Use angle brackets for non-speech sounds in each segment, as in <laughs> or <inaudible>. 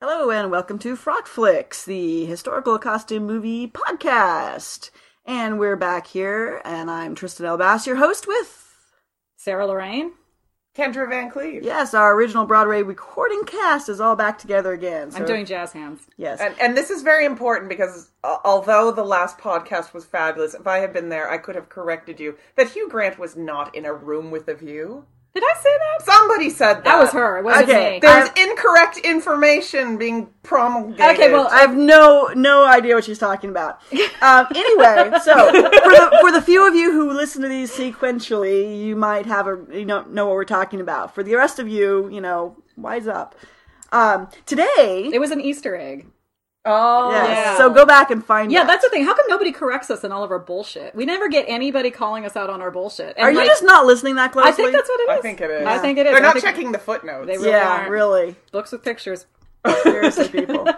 Hello and welcome to Frock Flicks, the historical costume movie podcast. And we're back here, and I'm Tristan L. Bass, your host with, Sarah Lorraine. Kendra Van Cleve. yes, our original Broadway recording cast is all back together again. So, I'm doing jazz hands. yes. And, and this is very important because uh, although the last podcast was fabulous, if I had been there, I could have corrected you that Hugh Grant was not in a room with a view. Did I say that? Somebody said that. That was her. It wasn't Okay, me. There's incorrect information being promulgated. Okay, well, I have no no idea what she's talking about. <laughs> Um, anyway, so for the for the few of you who listen to these sequentially, you might have a you know know what we're talking about. For the rest of you, you know, wise up. Um, today, it was an Easter egg. oh, yes, yeah. so go back and find. Yeah, out. that's the thing. How come nobody corrects us in all of our bullshit? We never get anybody calling us out on our bullshit. And Are you like, just not listening that closely? I think that's what it I is. think it is. uh, I think it is. They're I not think checking the footnotes. They really yeah, aren't. <laughs> really. books with pictures. Seriously, people.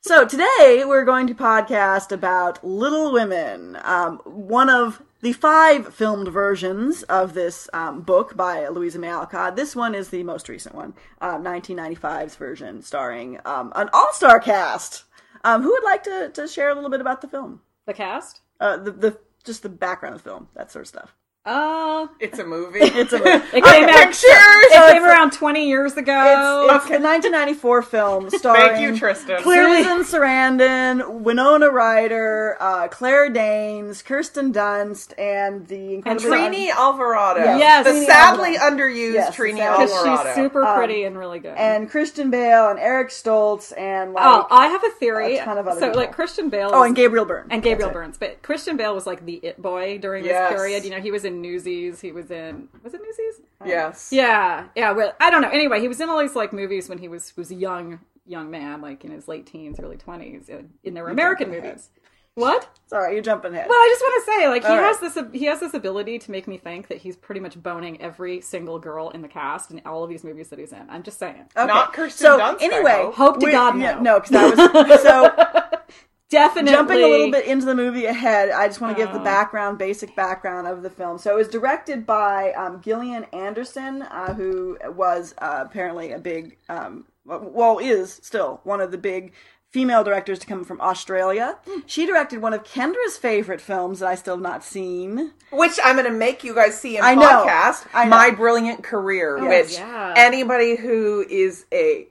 So today we're going to podcast about Little Women, um, one of the five filmed versions of this um, book by Louisa May Alcott. This one is the most recent one, um, 1995's version, starring um, an all-star cast. Um, who would like to, to share a little bit about the film? The cast? Uh, the, the just the background of the film, that sort of stuff. Uh, It's <laughs> a movie. It's a it came out. Pictures! It came around 20 years ago. It's, it's the 1994 film starring <laughs> Thank you, Tristan. Susan Sarandon, Winona Ryder, uh, Claire Danes, Kirsten Dunst, and the incredibly Trini Alvarado. Yes. The Trini sadly underused Yes, Trini exactly. Because Alvarado. she's super pretty and really good. Um, and Christian Bale and Eric Stoltz and like oh, I have a theory. a ton of other so, like, people. Christian Bale. oh is- and Gabriel Byrne and Gabriel That's it. Burns. But Christian Bale was like the it boy during Yes. this period. You know, he was in Newsies. He was in was it Newsies? Yes. Yeah, yeah. Well, I don't know. Anyway, he was in all these like movies when he was was a young young man, like in his late teens, early twenties, and and they were American movies. What? Sorry, you're jumping ahead. Well, I just want to say, like, he All right. has this he has this ability to make me think that he's pretty much boning every single girl in the cast in all of these movies that he's in. I'm just saying. Uh, Not Kirsten so Dunst, I anyway, hope. Hope to we- God, yeah, no. no, because that was <laughs> so. Definitely jumping a little bit into the movie ahead, I just want to give the Oh. background, basic background of the film. So it was directed by um, Gillian Anderson, uh, who was uh, apparently a big, um, well, is still one of the big female directors to come from Australia. She directed one of Kendra's favorite films that I still have not seen. which I'm going to make you guys see in I know. podcast. I know. My brilliant career, which yeah. anybody who is a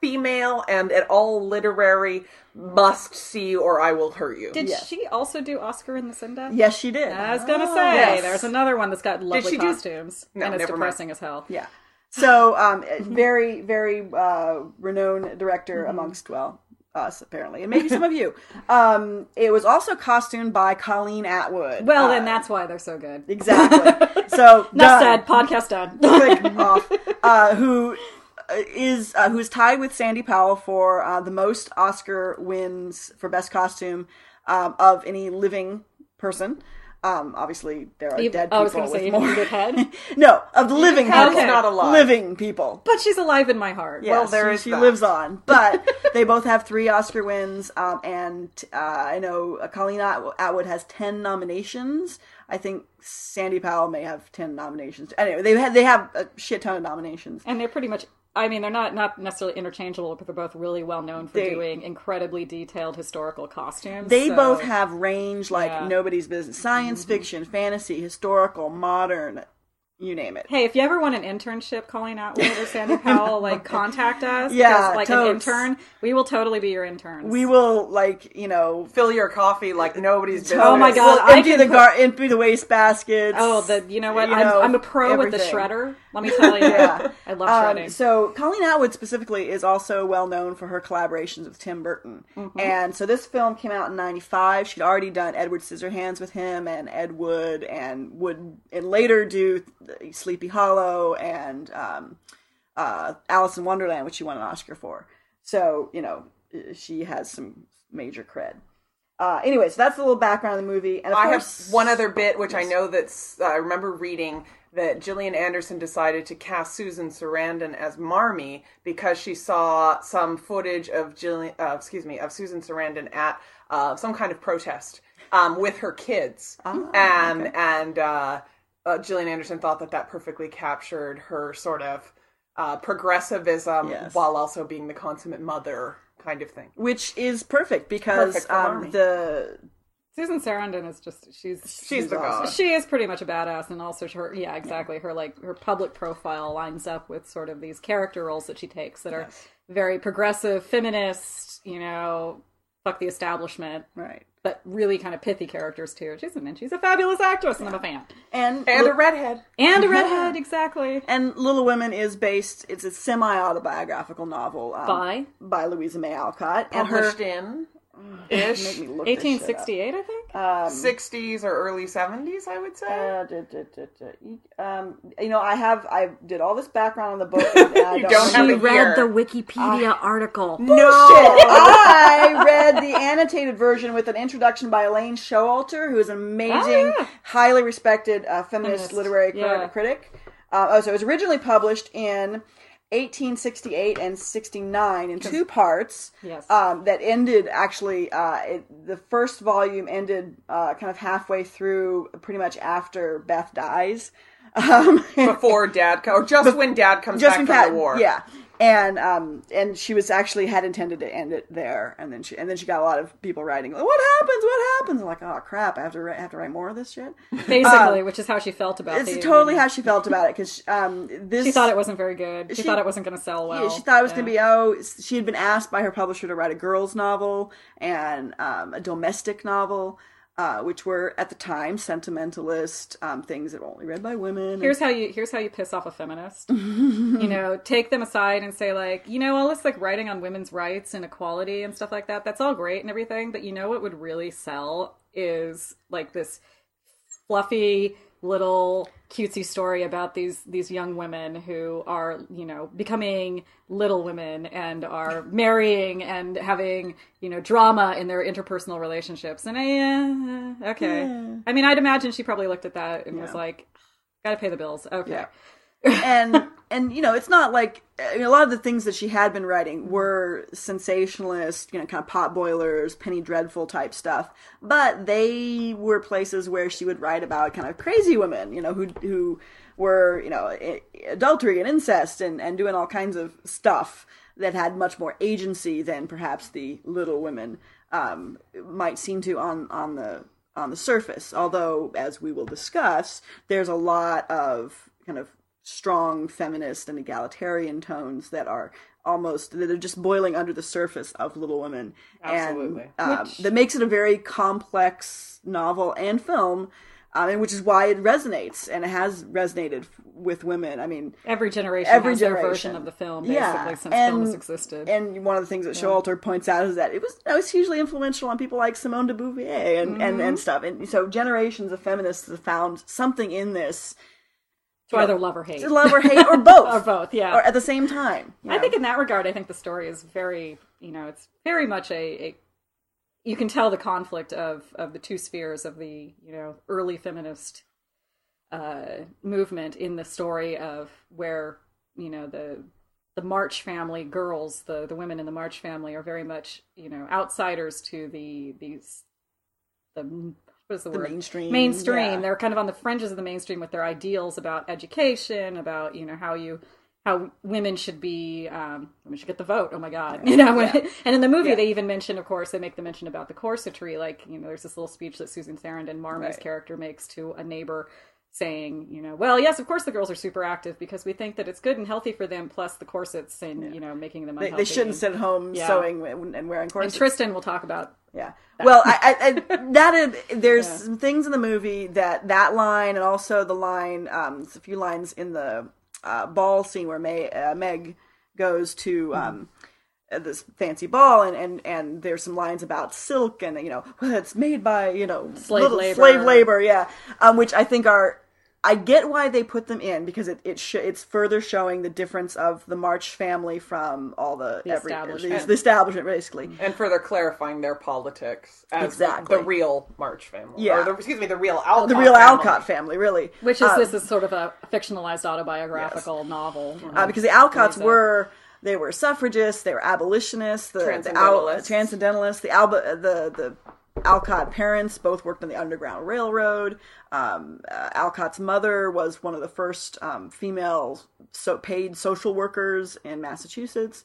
female and at all literary must see, or I will hurt you. Did Yes. she also do Oscar in the Senda? Yes, she did. I was gonna say yes. there's another one that's got lovely she do- costumes No, and it's never mind. depressing as hell. Yeah. <sighs> So, um, Mm-hmm. very, very uh, renowned director amongst, well, us apparently, and maybe some of <laughs> you. Um, it was also costumed by Colleen Atwood. Well, Uh, then that's why they're so good. <laughs> exactly. So Enough done. <laughs> said. Podcast done. Click <laughs> off. Uh, who is uh, who is tied with Sandy Powell for uh, the most Oscar wins for best costume um, of any living person. Um, obviously, there are You- dead people <laughs> I was gonna say with even more. good <laughs> head. no, of living Head people. is not alive. Living people. but she's alive in my heart. Yes, Well, there she, is she that. lives <laughs> on, but they both have three Oscar wins, um, and uh, I know uh, Colleen Atw- Atwood has ten nominations. I think Sandy Powell may have ten nominations. Anyway, they have, they have a shit ton of nominations. and they're pretty much. I mean, they're not not necessarily interchangeable, but they're both really well known for They- doing incredibly detailed historical costumes. They so- both have range like Yeah. Mm-hmm. nobody's business: science fiction, fantasy, historical, modern, you name it. Hey, if you ever want an internship, calling out <laughs> or Sandy Powell, like contact us. Yeah, 'cause, like an totes. intern, we will totally be your interns. We will like you know. Fill your coffee like nobody's business. Oh my God, we'll I empty can the put- gar- empty the waste baskets. Oh, the you know what? You I'm, know, I'm a pro with the everything. shredder. Let me <laughs> tell you, Yeah. I love shredding. Um, so Colleen Atwood specifically is also well known for her collaborations with Tim Burton, Mm-hmm. and so this film came out in '95. She'd already done Edward Scissorhands with him and Ed Wood, and would and later do Sleepy Hollow and um, uh, Alice in Wonderland, which she won an Oscar for. So you know she has some major cred. Uh, anyway, so that's a little background of the movie, and of I have course, one other bit, which I know that's. uh, I remember reading that Gillian Anderson decided to cast Susan Sarandon as Marmee because she saw some footage of Gillian, uh, excuse me, of Susan Sarandon at uh, some kind of protest um, with her kids, Oh, and and uh, uh, Gillian Anderson thought that that perfectly captured her sort of uh, progressivism Yes. while also being the consummate mother kind of thing. which is perfect because Perfect for Marnie. um, the Susan Sarandon is just she's She's, the awesome. god. she is pretty much a badass and also her yeah exactly her like her public profile lines up with sort of these character roles that she takes that are very progressive feminist you know fuck the establishment right but really kind of pithy characters too she's and she's a fabulous actress and i'm a fan and and a redhead. and a redhead exactly and Little Women is based. It's a semi autobiographical novel um, by by Louisa May Alcott and her Mm. Published in ish Make me look this shit up. 1868 i think Um, 60s or early 70s, I would say. Uh, duh, duh, duh, duh. Um, you know, I have I did all this background on the <laughs> book. And I You don't, don't remember- have a year. wikipedia article no. Shit. I read the annotated version with an introduction by Elaine Showalter, who is an amazing, Oh, yeah. highly respected uh, feminist, Feminist. literary cri- Yeah. critic. Uh, oh, so it was originally published in 1868 and 69 in two parts. Yes. Um, that ended actually, uh, it, the first volume ended uh, kind of halfway through, pretty much after Beth dies. <laughs> Um, Before dad co- or just when dad comes just back in from Cat- the war. Yeah, and um, and she was actually had intended to end it there, and then she and then she got a lot of people writing, "What happens? What happens?" I'm like, oh crap, I have to write, have to write more of this shit. basically which is how she felt about Uh, It's the- totally how she felt about it because um, this she thought it wasn't very good She- she, thought it wasn't going to sell well yeah, she thought it was Yeah. going to be oh she had been asked by her publisher to write a girls novel and um, a domestic novel. Uh, which were at the time sentimentalist um, things that were only read by women. here's how you here's how you piss off a feminist you know take them aside and say like you know all this like writing on women's rights and equality and stuff like that that's all great and everything but you know what would really sell is like this fluffy little cutesy story about these these young women who are you know becoming little women and are marrying and having you know drama in their interpersonal relationships and I, uh, okay i mean i'd imagine she probably looked at that and was like gotta pay the bills okay Yeah. and and you know it's not like I mean, a lot of the things that she had been writing were sensationalist you know kind of pot boilers penny dreadful type stuff but they were places where she would write about kind of crazy women you know who who were you know i- adultery and incest and and doing all kinds of stuff that had much more agency than perhaps the little women um, might seem to on on the on the surface although as we will discuss there's a lot of kind of strong feminist and egalitarian tones that are almost that are just boiling under the surface of Little Women, Absolutely. and um, that makes it a very complex novel and film, um, and which is why it resonates and it has resonated f- with women. I mean, every generation Every has their version generation. of the film basically Yeah, since and- film has existed and one of the things that Showalter points out is that it was it was hugely influential on people like Simone de Beauvoir and, Mm-hmm. and, and stuff, and so generations of feminists have found something in <laughs> this to either love or hate to love or hate or both or both yeah or at the same time. you I know. think in that regard, I think the story is very, you know, it's very much a, a you can tell the conflict of of the two spheres of the, you know, early feminist uh movement in the story of where, you know, the the March family girls, the the women in the March family are very much, you know, outsiders to the these the what is the, the word? mainstream mainstream. yeah. They're kind of on the fringes of the mainstream with their ideals about education, about you know how you how women should be um, women should get the vote. Oh my god, <laughs> you know. when- and in the movie, they even mention, of course, they make the mention about the corsetry. Like you know, there's this little speech that Susan Sarandon, Marmy's Right. character, makes to a neighbor. Saying, you know, well, yes, of course the girls are super active because we think that it's good and healthy for them. Plus the corsets and you know making them They, unhealthy. they shouldn't and, sit at home Yeah. sewing and and wearing and corsets. Tristan will talk about yeah. <laughs> Well, I, I, I that is, there's some things in the movie that that line and also the line, um, it's a few lines in the uh, ball scene where May, uh, Meg goes Hmm. to um, uh, this fancy ball and, and and there's some lines about silk and you know well, it's made by you know Slave little- labor. slave labor, yeah, um, which I think are. I get why they put them in because it it sh- it's further showing the difference of the March family from all the, every, establishment. Hmm. the, the establishment basically. And further clarifying their politics as Exactly. the real March family. Yeah. Or the, excuse me, the real Alcott the real family. Alcott family, really. which is Um, this is sort of a fictionalized autobiographical novel. you know. uh, because the Alcotts Amazing. were they were suffraggists, they were abolitionists, the the Al- Transcendentalists. transcendentalists, the Alba, the the Alcott parents both worked on the Underground Railroad. Um, uh, Alcott's mother was one of the first um, female so paid social workers in Massachusetts.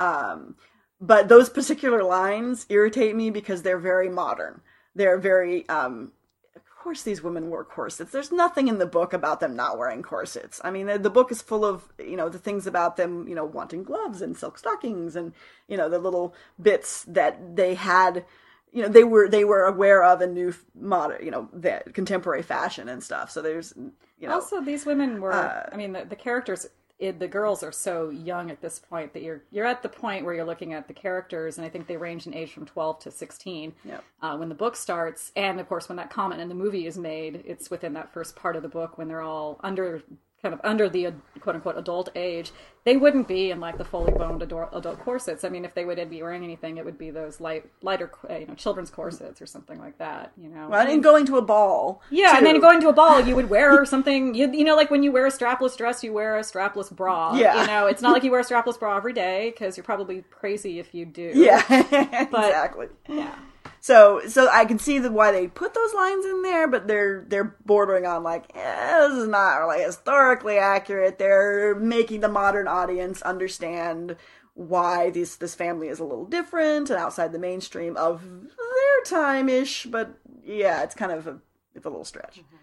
Um, but those particular lines irritate me because they're very modern. They're very, um, of course, these women wore corsets. There's nothing in the book about them not wearing corsets. I mean, the, the book is full of, you know, the things about them, you know, wanting gloves and silk stockings and, you know, the little bits that they had you know they were they were aware of and knew modern you know the contemporary fashion and stuff so there's you know Uh, also, these women were. I mean, the, the characters, it, the girls are so young at this point that you're you're at the point where you're looking at the characters, and I think they range in age from twelve to sixteen Yep. uh, when the book starts, and of course when that comment in the movie is made, it's within that first part of the book when they're all under kind of under the uh, quote unquote adult age. They wouldn't be in like the fully boned adult, adult corsets. I mean, if they would be wearing anything, it would be those light lighter uh, you know children's corsets or something like that. You know, Well, and going to a ball yeah, and too. then going to a ball, you <laughs> would wear something. You, you know, like when you wear a strapless dress, you wear a strapless bra. Yeah. You know, it's not like you wear a strapless bra every day because you're probably crazy if you do. yeah <laughs> exactly Yeah. so so i can see the, why they put those lines in there but they're they're bordering on like eh, this is not really historically accurate they're making the modern audience understand why this this family is a little different and outside the mainstream of their time ish but yeah it's kind of a it's a little stretch Mm-hmm.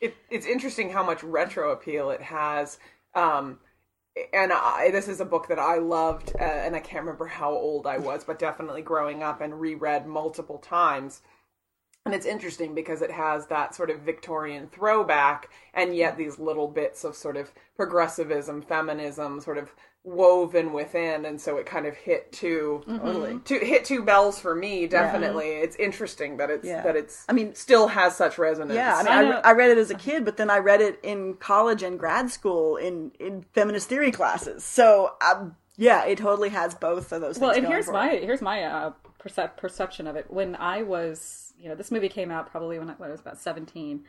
it, it's interesting how much retro appeal it has. Um, and I, this is a book that I loved, uh, and I can't remember how old I was, but definitely growing up and reread multiple times. And it's interesting because it has that sort of Victorian throwback, and yet these little bits of sort of progressivism, feminism, sort of woven within, and so it kind of hit 2 Totally. two hit two bells for me. Definitely, it's interesting that it's Yeah. that it's. I mean- still has such resonance. Yeah, I mean, I I, know- I read it as a kid, but then I read it in college and grad school in, in feminist theory classes. So, um, yeah, it totally has both of those. Well, things and going here's for my it. here's my uh, percep- perception of it. When I was, you know, this movie came out probably when I, when I was about seventeen,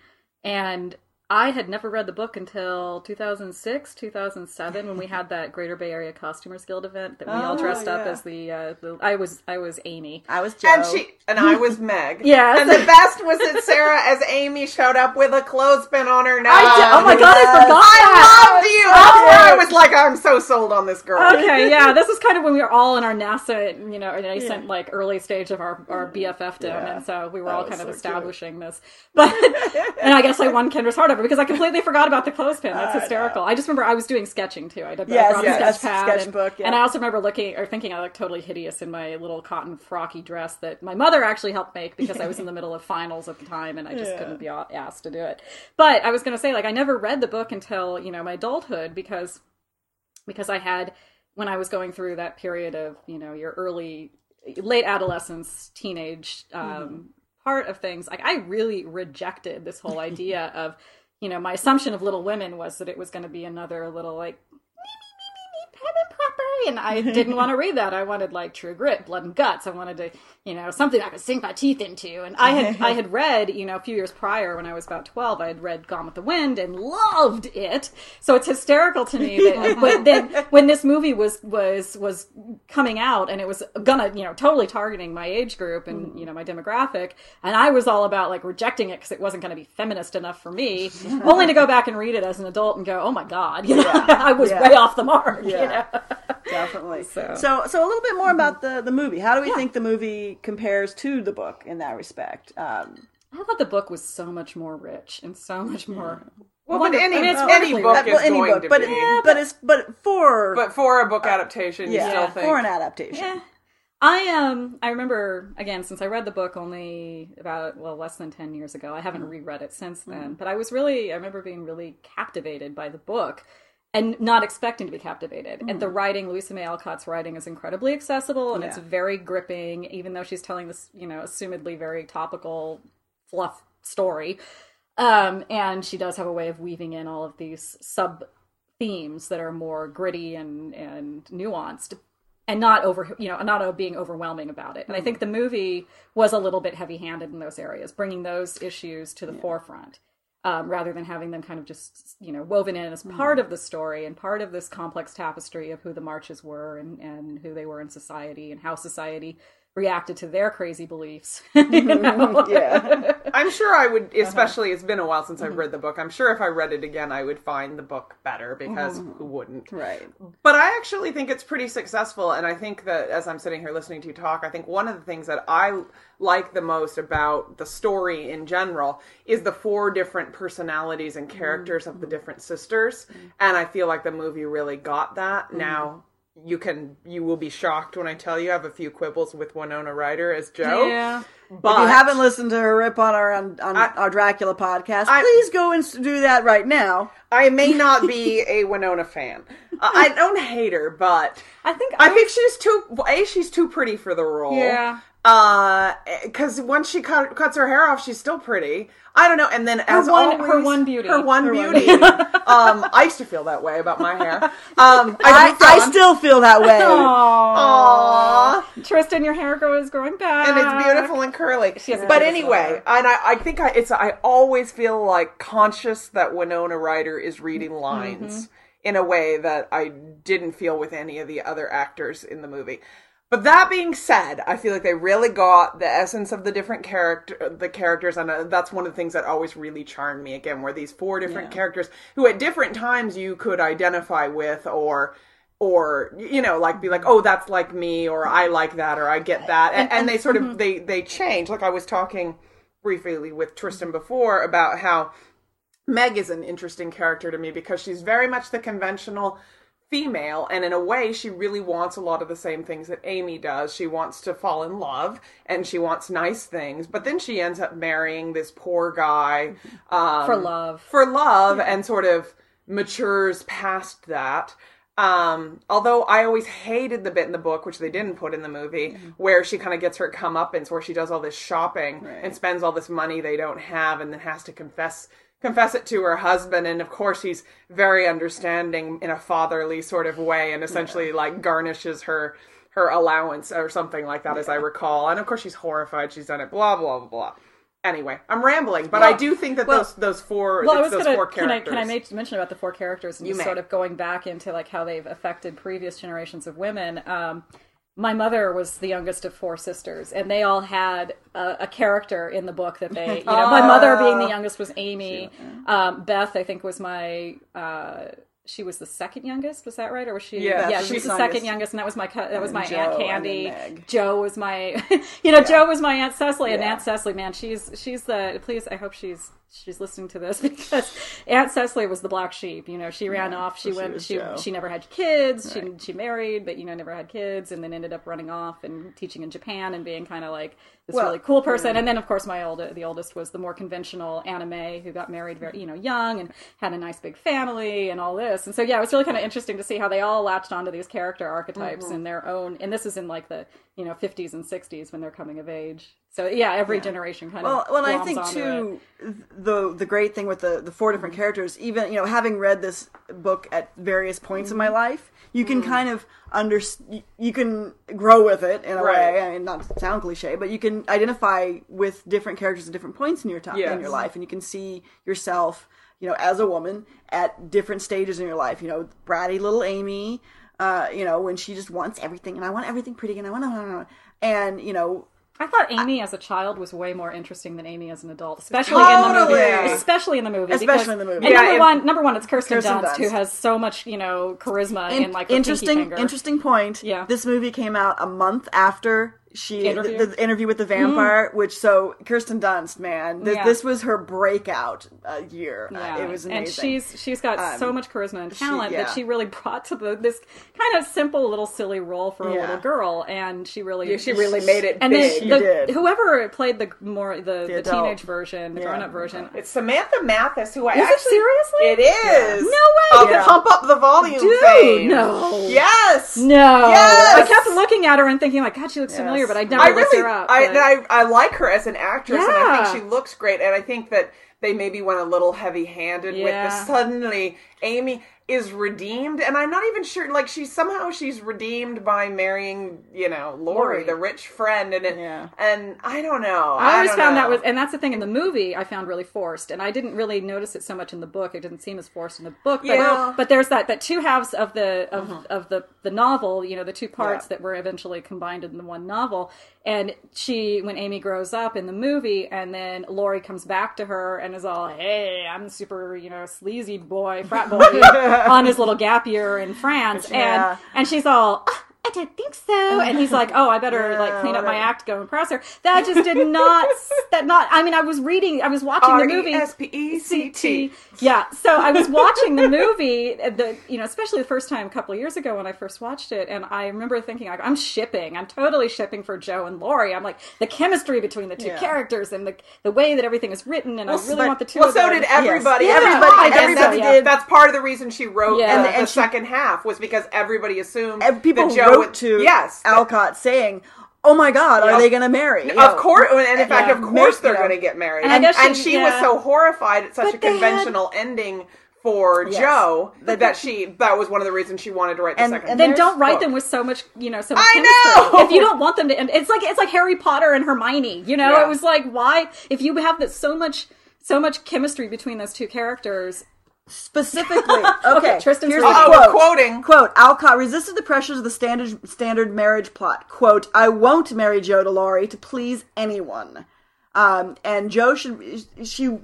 and I had never read the book until 2006, 2007, when we had that Greater Bay Area Costumers Guild event that we all Oh, dressed up yeah. as the, uh, the. I was I was Amy. I was Joe. and she and I was <laughs> Meg. Yes. And the best was that Sarah, as Amy showed up with a clothespin on her nose. I d- oh my god, I yes. forgot that. I loved you. That's why I was like, I'm so sold on this <laughs> girl. Okay, yeah, this is kind of when we were all in our NASA, you know, or nascent like early stage of our, our BFFdom, Mm-hmm. Yeah. and so we were That all was kind of so establishing this. <laughs> But and I guess I won Kendra's heart over because I completely forgot about the clothespin. That's hysterical. I just remember I was doing sketching too. I did Yes, I brought yes, a sketch pad and- sketchbook, yeah. and I also remember looking or thinking I looked totally hideous in my little cotton frocky dress that my mother actually helped make because I was in the middle of finals at the time and I just Yeah. couldn't be a- asked to do it. But I was going to say like I never read the book until, you know, my adulthood because because I had when I was going through that period of you know your early late adolescence teenage um, part of things like I really rejected this whole idea of you know my assumption of Little Women was that it was going to be another little like pen and proper and I didn't want to read that. I wanted like True Grit, Blood and Guts. I wanted to, you know, something I could sink my teeth into. And I had I had read, you know, a few years prior when I was about 12, I had read Gone with the Wind and loved it. So it's hysterical to <laughs> me that but then when this movie was was was coming out and it was gonna, you know, totally targeting my age group and, Mm. you know, my demographic and I was all about like rejecting it cuz it wasn't going to be feminist enough <laughs> for me, only to go back and read it as an adult and go, "Oh my god, you know, <laughs> I was Yeah. way off the mark." you Yeah. know? definitely. So. So- so, a little bit more about the the movie. How do we think the movie compares to the book in that respect? Um, I thought the book was so much more rich and so much more. Well, but any, I mean, it's any wonderfully book written. is well, any going book, to but be. but it's but for but for a book adaptation, you still yeah think for an adaptation. Yeah. I um I remember again since I read the book only about well less than 10 years ago. I haven't reread it since then, but I was really I remember being really captivated by the book and not expecting to be captivated. And the writing, Louisa May Alcott's writing is incredibly accessible and it's Yeah. very gripping even though she's telling this, you know, assumedly very topical fluff story. Um and she does have a way of weaving in all of these sub themes that are more gritty and and nuanced and not over you know not being overwhelming about it and i think the movie was a little bit heavy handed in those areas bringing those issues to the forefront um, rather than having them kind of just you know woven in Mm-hmm. as part of the story and part of this complex tapestry of who the marches were and, and who they were in society and how society reacted to their crazy beliefs. <laughs> you Mm-hmm. know? Yeah. I'm sure I would, Uh-huh. especially it's been a while since I've Mm-hmm. read the book. I'm sure if I read it again, I would find the book better because Mm-hmm. who wouldn't? Right. But I actually think it's pretty successful. And I think that as I'm sitting here listening to you talk, I think one of the things that I like the most about the story in general is the four different personalities and characters of the different sisters. Mm-hmm. And I feel like the movie really got that. Now, you can you will be shocked when I tell you I have a few quibbles with Winona Ryder as Joe. Yeah. But If you haven't listened to her rip on our on, on our Dracula podcast, please go and s- do that right now. I may not be a Winona fan. I I don't hate her, but I think I think she's too a she's too pretty for the role. Yeah. Uh, because once she cut, cuts her hair off, she's still pretty. I don't know. And then as one- her always- one beauty. her one Her one beauty. um, I used to feel that way about my hair. <laughs> Um, I, I, Oh, I still feel that <laughs> way. Aww. Aw. Tristan, your hair grow is growing back. and it's beautiful and curly. Ah. has a but beautiful anyway, and I, I think I, it's I always feel like conscious that Winona Ryder is reading Mm-hmm. lines in a way that I didn't feel with any of the other actors in the movie. But that being said, I feel like they really got the essence of the different character, the characters, and uh, that's one of the things that always really charmed me. Again, were these four different characters who, at different times, you could identify with, or, or you know, like be like, oh, that's like me, or I like that, or I get that, and, and they sort of they they change. Like I was talking briefly with Tristan before about how Meg is an interesting character to me because she's very much the conventional female, and in a way, she really wants a lot of the same things that Amy does. She wants to fall in love and she wants nice things, but then she ends up marrying this poor guy um, For love. for love and sort of matures past that. Um, although I always hated the bit in the book, which they didn't put in the movie, where she kind of gets her comeuppance, where she does all this shopping and spends all this money they don't have, and then has to confess confess it to her husband. And of course, he's very understanding in a fatherly sort of way, and essentially like garnishes her her allowance or something like that, as I recall. And of course, she's horrified. She's done it. Blah blah blah blah. Anyway, I'm rambling, but I do think that those those four Well, I was those gonna four can I characters. can I make, mention about the four characters and just may. sort of going back into like how they've affected previous generations of women. Um, my mother was the youngest of four sisters, and they all had a, a character in the book that they. You know, my mother being the youngest was Amy. Um, Beth, I think, was my. Uh, she was the second youngest. Was that right, or was she? Yeah, she she's was the youngest. second youngest, and that was my co- that was my Joe, aunt and then Candy. Meg. Joe was my, <laughs> you know, Joe was my aunt Cecily, and Aunt Cecily, man, she's she's the. Please, I hope she's she's listening to this <laughs> because Aunt Cecily was the black sheep. You know, she ran off. She went. was She Joe. she never had kids. She she married, but you know, never had kids, and then ended up running off and teaching in Japan and being kind of like this Well, really cool person. And then, of course, my older the oldest was the more conventional anime who got married very you know young and had a nice big family and all this. And so, yeah, it was really kind of interesting to see how they all latched onto these character archetypes Mm-hmm. in their own. And this is in like the you know 50s and 60s when they're coming of age. So yeah, every generation kind Well, of well, I gloms think onto it. Mm-hmm. too the the great thing with the the four different characters, even you know, having read this book at various points in Mm-hmm. my life, you can kind of under you, you can grow with it in a Right. way. I mean, not to sound cliche, but you can identify with different characters at different points in your time in Yes. your life, and you can see yourself, you know, as a woman at different stages in your life. You know, bratty little Amy. Uh, you know, when she just wants everything, and I want everything pretty, and I want, and you know, I thought Amy as a child was way more interesting than Amy as an adult, especially in the movie. Totally. Especially in the movie. Especially because- in the movie. And Yeah, number if- one, number one, it's Kirsten, Kirsten Dunst, Dunst. who has so much, you know, charisma and like her interesting pinky finger. interesting point Yeah. this movie came out a month after she Interview? Mm-hmm. The, the interview with the vampire which so kirsten dunst man th- Yeah. this was her breakout uh, year Uh, Yeah. it was amazing Um, and she's she's got so much charisma and talent yeah. that she really <laughs> brought to the this kind of simple little silly role for a Yeah. little girl, and she really Yeah, she really made it And big. then the, did. whoever played the more the, the, adult. teenage version, the grown up version, It's Samantha Mathis, who I Is it actually seriously? It is. No way. Of the Yeah. pump up the volume Dude, fame. no. Yes. No, Yes! I kept looking at her and thinking like, God, she looks familiar, but I never I looked really, her up. I, but- and I, I like her as an actress, and I Yeah. think she looks great. And I think that they maybe went a little heavy handed with Yeah. the suddenly Amy. is redeemed, and I'm not even sure. Like she somehow she's redeemed by marrying, you know, Lori, Lori. the rich friend, and it, Yeah. and I don't know. I always don't found know. that was, and that's the thing in the movie I found really forced, and I didn't really notice it so much in the book. It didn't seem as forced in the book, but, Yeah. Mm-hmm. but there's that that two halves of the of, of the the novel, you know, the two parts Yeah. that were eventually combined in the one novel. And she, when Amy grows up in the movie, and then Lori comes back to her and is all, "Hey, I'm super, you know, sleazy boy, frat <laughs> boy, on his little gap year in France," Yeah. and and she's all. "Ah, I don't think so. And he's like, "Oh, I better like Yeah, clean up my whatever. act." to go impress her. That just did <laughs> not. that not. I mean, I was reading. I was watching the movie. E R-E-S-P-E-C-T. Yeah. So I was watching the movie. uh, The you know, especially the first time a couple of years ago when I first watched it, and I remember thinking like, I'm shipping. I'm totally shipping for Joe and Laurie. I'm like the chemistry between the two Yeah. characters and the the way that everything is written, and I really but- want the two. Well, of so them. did everybody. Yeah, Everybody, I guess and so, that's, yeah. that's part of the reason she wrote Yeah. the, And- the and she- second half was because everybody assumed And people that Joe wrote would- to yes, that- Alcott saying, "Oh my God, Yeah. are they going to marry?" You know, Of course, and in fact, yeah, of course, make- they're you know. going to get married. And And, I guess she- and she was yeah. so horrified at such But a they had- conventional ending for Yes. Joe But- that she that was one of the reasons she wanted to write the And- second. and Then There's don't write book. them with so much, you know, so much I chemistry. know! If you don't want them to end, it's like it's like Harry Potter and Hermione. You know, Yeah. it was like why if you have that so much so much chemistry between those two characters. <laughs> Specifically, Okay, okay. Tristan's here's reading. the Oh, quote. we're quoting. Quote: Alcott resisted the pressures of the standard standard marriage plot. Quote: I won't marry Joe DeLaurie to please anyone. Um, and Joe should she.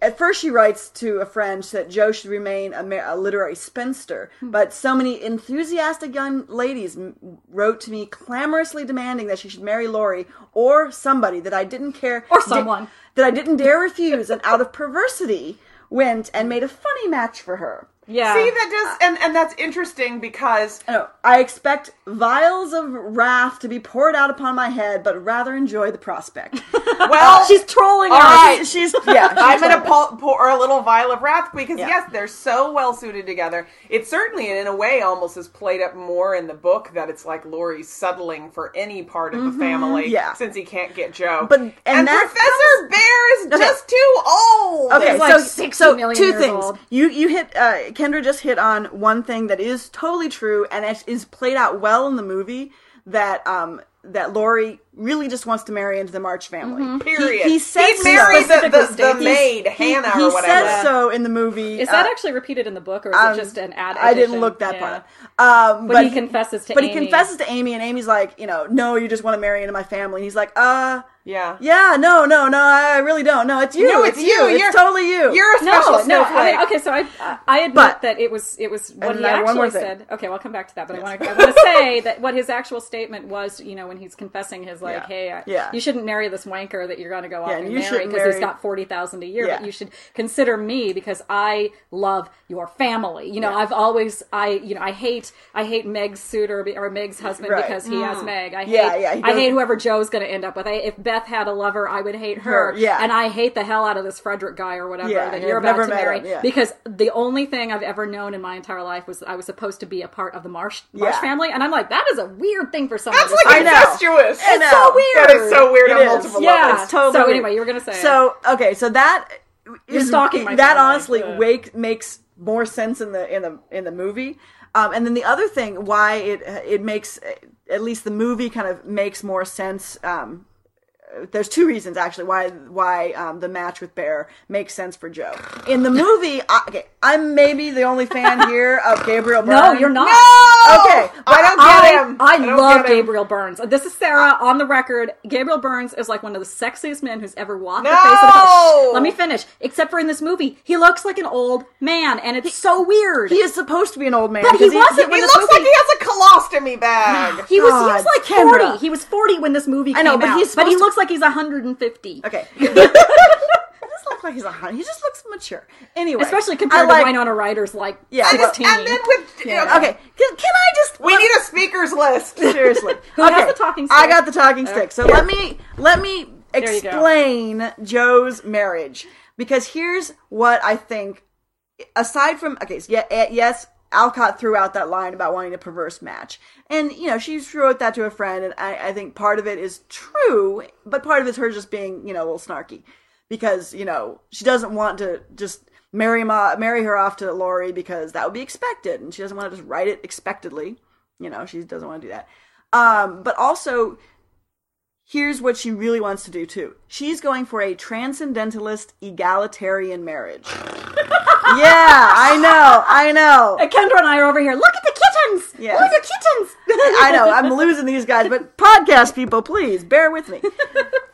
At first, she writes to a friend that Joe should remain a, ma- a literary spinster, but so many enthusiastic young ladies m- wrote to me clamorously demanding that she should marry Laurie or somebody that I didn't care Or someone. that I didn't dare refuse, and out of perversity went and made a funny match for her. Yeah. See that does, and and that's interesting because I know. I expect vials of wrath to be poured out upon my head, but rather enjoy the prospect. Uh, well, She's trolling All us. right. she's yeah. I'm she's <laughs> going like- to pour, pour a little vial of wrath because Yeah. yes, they're so well suited together. It certainly, in a way, almost is played up more in the book that it's like Laurie's settling for any part of the family, Mm-hmm. yeah. since he can't get Joe. But- and, and that Professor Bear is Okay. just too old. Okay, It's like so 60 so million two years things. old. You you hit uh, Kendra just hit on one thing that is totally true and it is played out well in the movie that um that Lori really just wants to marry into the March family. Mm-hmm. Period. He, he says He'd marry so. the, the, the He's- maid He- Hannah he or whatever. says so in the movie. Is that uh, actually repeated in the book, or is um, it just an ad? I didn't addition? look that Yeah. part up. Um, But, but he confesses to. but Amy. he confesses to Amy, and Amy's like, you know, no, you just want to marry into my family. And he's like, uh, Yeah. yeah, no, no, no, I really don't. No, it's you. No, it's you. You're- It's totally you. You're <laughs> a special No, no. snowflake. I mean, okay, so I I admit But- that it was it was what And he I have one actually more thing. said. Okay, well, I'll come back to that, but I want to I <laughs> want to say that what his actual statement was, you know, when he's confessing his like, Yeah. hey, I, Yeah. you shouldn't marry this wanker that you're going to go off Yeah, and you marry shouldn't because he's marry- got forty thousand a year, but Yeah. you should consider me because I love your family. You know, I've always I you know I hate I hate Meg's suitor be- or Meg's husband Right. Mm. because he has Meg. I hate Yeah, yeah, he I hate goes- whoever Joe's going to end up with. I, if Beth had a lover, I would hate her. Her, yeah. and I hate the hell out of this Frederick guy or whatever Yeah, that yeah, you're I've about never to met marry him, yeah. because the only thing I've ever known in my entire life was that I was supposed to be a part of the Marsh Marsh Yeah. family, and I'm like, that is a weird thing for someone. That's to like say. I know. incestuous. I know. so weird. That is so weird It on is. multiple Yeah. levels. It's totally So weird. anyway, you were gonna say it. So okay, so that is stalking my that family. honestly Ugh. wake makes more sense in the in the in the movie. Um, and then the other thing why it it makes uh, at least the movie kind of makes more sense. Um, uh, there's two reasons actually why why um, the match with Bear makes sense for Joe. In the <laughs> movie, I, okay, I'm maybe the only fan here of Gabriel. <laughs> No, Byrne. you're not. Okay, I don't I, get him. I don't love get him. Gabriel Burns. This is Sarah on the record. Gabriel Burns is like one of the sexiest men who's ever walked the face of the No! Shh, Let me finish. Except for in this movie, he looks like an old man, and it's so weird. He is supposed to be an old man, But he 'cause wasn't. when in He the this looks like movie- he has a <laughs> colostomy bag. He was, he was God, like Kendra. 40. He was 40 when this movie came I know, but out. he's but he supposed to- looks like he's 150. Okay. <laughs> <laughs> he just looks like he's a hun- He just looks mature. Anyway, Especially I compared like- to Winona Ryder's like Yeah, and, it's- 16. and then with Yeah. Okay. Can, can I just? we need a <laughs> speakers list. seriously. <laughs> Who has the talking stick? I got the talking stick. So let me let me Uh, you go. explain Joe's marriage because here's what I think. Aside from okay, so yeah, eh, yes, Alcott threw out that line about wanting a perverse match, and you know she wrote that to a friend, and I, I think part of it is true, but part of it's her just being you know a little snarky because you know she doesn't want to just marry ma- marry her off to Laurie because that would be expected, and she doesn't want to just write it expectedly. You know, she doesn't want to do that. Um, but also, here's what she really wants to do too. She's going for a transcendentalist egalitarian <laughs> marriage. yeah, I know, I know. And Kendra and I are over here. Look at the kittens. Yeah. Look at <laughs> the kittens. I know. I'm losing these guys, but podcast people, please bear with me.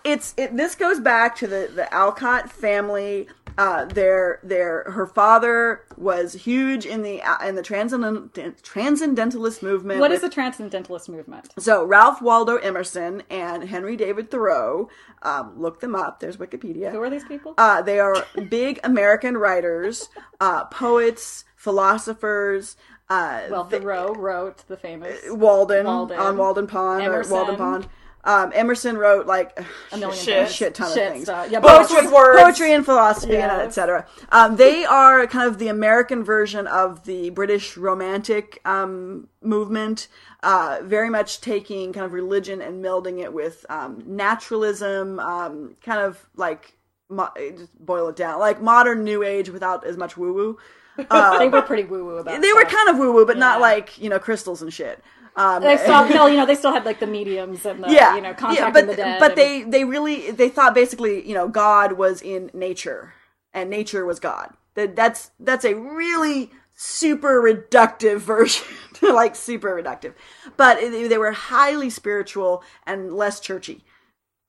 It's it, this goes back to the the Alcott family. Uh, their their her father was huge in the uh, in the transcendent, transcendentalist movement. what with- is the transcendentalist movement? so Ralph Waldo Emerson and Henry David Thoreau. Um, look them up. There's Wikipedia. Who are these people? Uh, they are big American writers, uh, poets, philosophers. Uh, well, Thoreau wrote the famous Walden, Walden. on Walden Pond Emerson. or Walden Pond. Um, Emerson wrote like <sighs> a million shit, things. shit ton Shit of things. stuff. Yeah, Both books. with Words. poetry and philosophy and Yes. etc. Um, they are kind of the American version of the British Romantic um, movement, uh, very much taking kind of religion and melding it with um, naturalism, um, kind of like mo- just boil it down like modern New Age without as much woo woo. they were pretty woo woo about. They were stuff. kind of woo woo, but not Yeah. like you know crystals and shit. Um, They still, no, you know, they still had like the mediums and the you know contacting but, the dead. But and- they they really they thought basically you know God was in nature and nature was God. That that's that's a really super reductive version, <laughs> like super reductive. But it- they were highly spiritual and less churchy.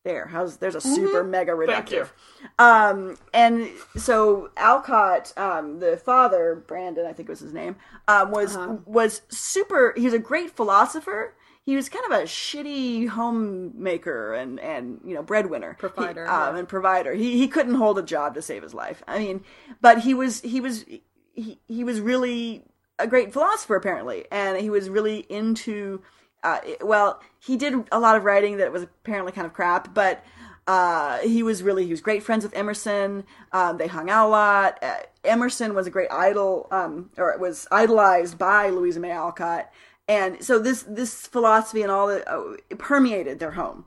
There, how's there's a Mm-hmm. super mega reductive. Thank you. Um, and so Alcott, um, the father, Brandon, I think was his name, um, was was super. He was a great philosopher. He was kind of a shitty homemaker and and you know breadwinner, Provider, He- um, yeah. and provider. He he couldn't hold a job to save his life. I mean, but he was he was he he was really a great philosopher apparently, and he was really into. Uh, it- well, he did a lot of writing that was apparently kind of crap, but uh, he was really he was great friends with Emerson. Um, they hung out a lot. Uh, Emerson was a great idol, um, or was idolized by Louisa May Alcott, and so this this philosophy and all that uh, it permeated their home.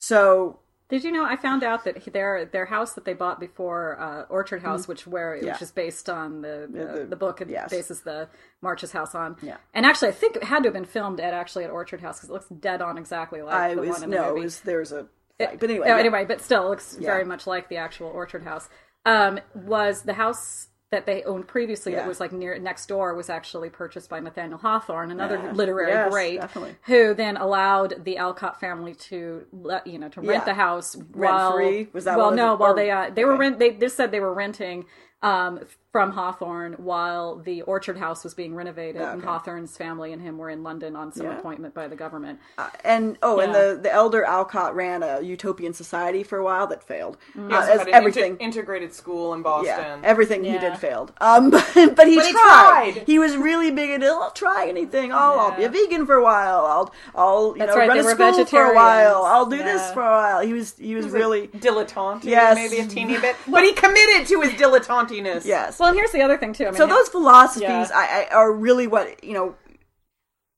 So Did you know? I found out that he- their their house that they bought before uh, Orchard House, which where it Mm-hmm. Yeah. which is based on the the, the- the book, it yes. bases the March's house on. Yeah. And actually, I think it had to have been filmed at actually at Orchard House because it looks dead on exactly like I the was one in the no, movie. it was there was a fight. but anyway, Oh, yeah. anyway, but still it looks very much like the actual Orchard House. Um, was the house that they owned previously Yeah. that was like near next door was actually purchased by Nathaniel Hawthorne, another Yeah. literary Yes, great, definitely. who then allowed the Alcott family to let you know to rent Yeah. the house while free? Was that well one of no the- while or- they uh, they were okay. rent they just said they were renting um, from Hawthorne while the Orchard House was being renovated and Hawthorne's family and him were in London on some Yeah. appointment by the government. and oh, and Yeah. the the elder Alcott ran a utopian society for a while that failed. Mm. Uh, Yes, as but an everything. inter- integrated school in Boston. yeah, everything he Yeah. did failed. Um, <laughs> but, but he But he tried. tried. He was really big into I'll try anything. I'll, I'll be Yeah. a vegan for a while. I'll I'll you That's know right, run they a were school for a while. vegetarians. I'll do this Yeah. for a while. He was he was really dilettante, Yes. maybe a teeny <laughs> bit, but he committed to his dilettantiness. yes. Well, and here's the other thing too. I mean, So those philosophies Yeah. I, I, are really what you know.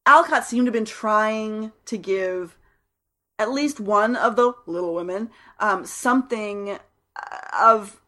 Alcott seemed to have been trying to give at least one of the Little Women um, something uh, of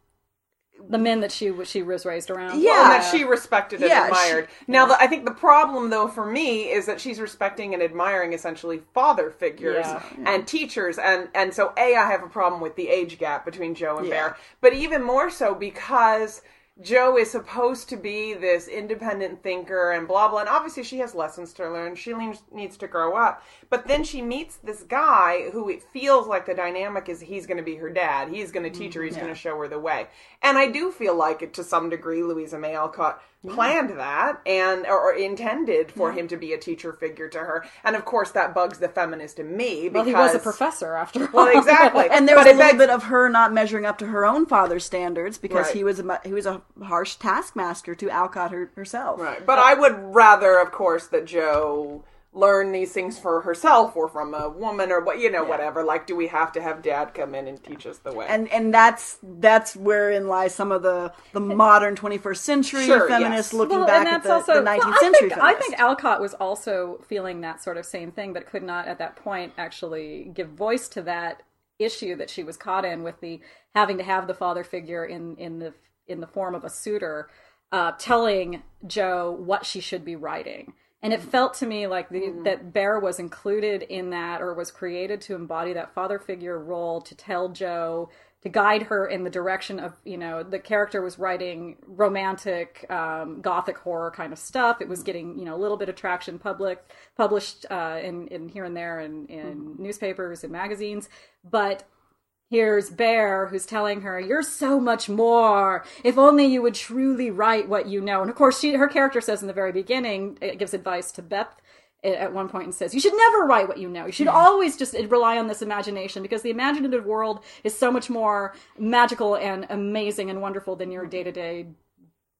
the men that she she was raised around. Yeah. and that she respected and Yeah, admired. now, the, I think the problem, though, for me is that she's respecting and admiring essentially father figures Yeah. and teachers, and and so a I have a problem with the age gap between Joe and Yeah. Bear, but even more so because. Joe is supposed to be this independent thinker and blah blah, and obviously she has lessons to learn. She leans- needs to grow up, but then she meets this guy who it feels like the dynamic is he's going to be her dad. He's going to teach her. He's going to show her the way. And I do feel like it to some degree, Louisa May Alcott planned that and or, or intended for him to be a teacher figure to her. And of course, that bugs the feminist in me because Well, he was a professor after all. <laughs> Well, exactly. and there was But a it little begs- bit of her not measuring up to her own father's standards because Right. he was a, mu- he was a harsh taskmaster to Alcott her, herself. Right. But I would rather, of course, that Joe learn these things for herself or from a woman or what you know whatever like do we have to have dad come in and teach us the way And and that's that's wherein lies some of the the modern 21st century Sure, feminists yes. looking back at the, the 19th well, I century. Think, I feminists. think Alcott was also feeling that sort of same thing, but could not at that point actually give voice to that issue that she was caught in with the having to have the father figure in in the in the form of a suitor, uh, telling Joe what she should be writing. And it felt to me like the, that Bear was included in that or was created to embody that father figure role to tell Joe, to guide her in the direction of, you know, the character was writing romantic, um, gothic horror kind of stuff. It was getting, you know, a little bit of traction public, published uh, in, in here and there in, in newspapers and magazines. But here's Bear who's telling her, "You're so much more. If only you would truly write what you know." And of course, she her character says in the very beginning, it gives advice to Beth a- at one point and says, "You should never write what you know. You should always just uh, rely on this imagination because the imaginative world is so much more magical and amazing and wonderful than your day-to-day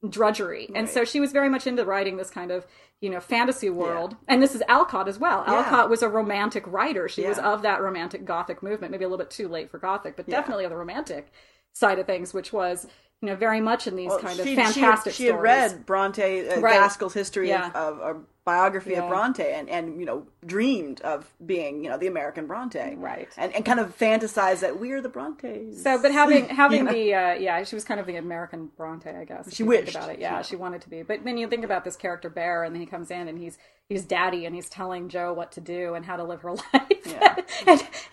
drudgery." And so she was very much into writing this kind of, you know, fantasy world. And this is Alcott as well. Alcott was a romantic writer. She was Yeah. of that romantic gothic movement, maybe a little bit too late for gothic, but definitely on the romantic side of things, which was, you know, very much in these kind of she, fantastic she, she had stories. read Bronte uh, Right. Gaskell's history Yeah. of, of a biography Yeah. of Bronte and and you know dreamed of being you know the American Bronte Right. and and kind of fantasized that we're the Brontes So, but <laughs> having having the uh, yeah, she was kind of the American Bronte, I guess. if She you think wished. about it. Yeah, she wanted to be. But then you think about this character Bear, and then he comes in and he's he's daddy, and he's telling Joe what to do and how to live her <laughs> life. and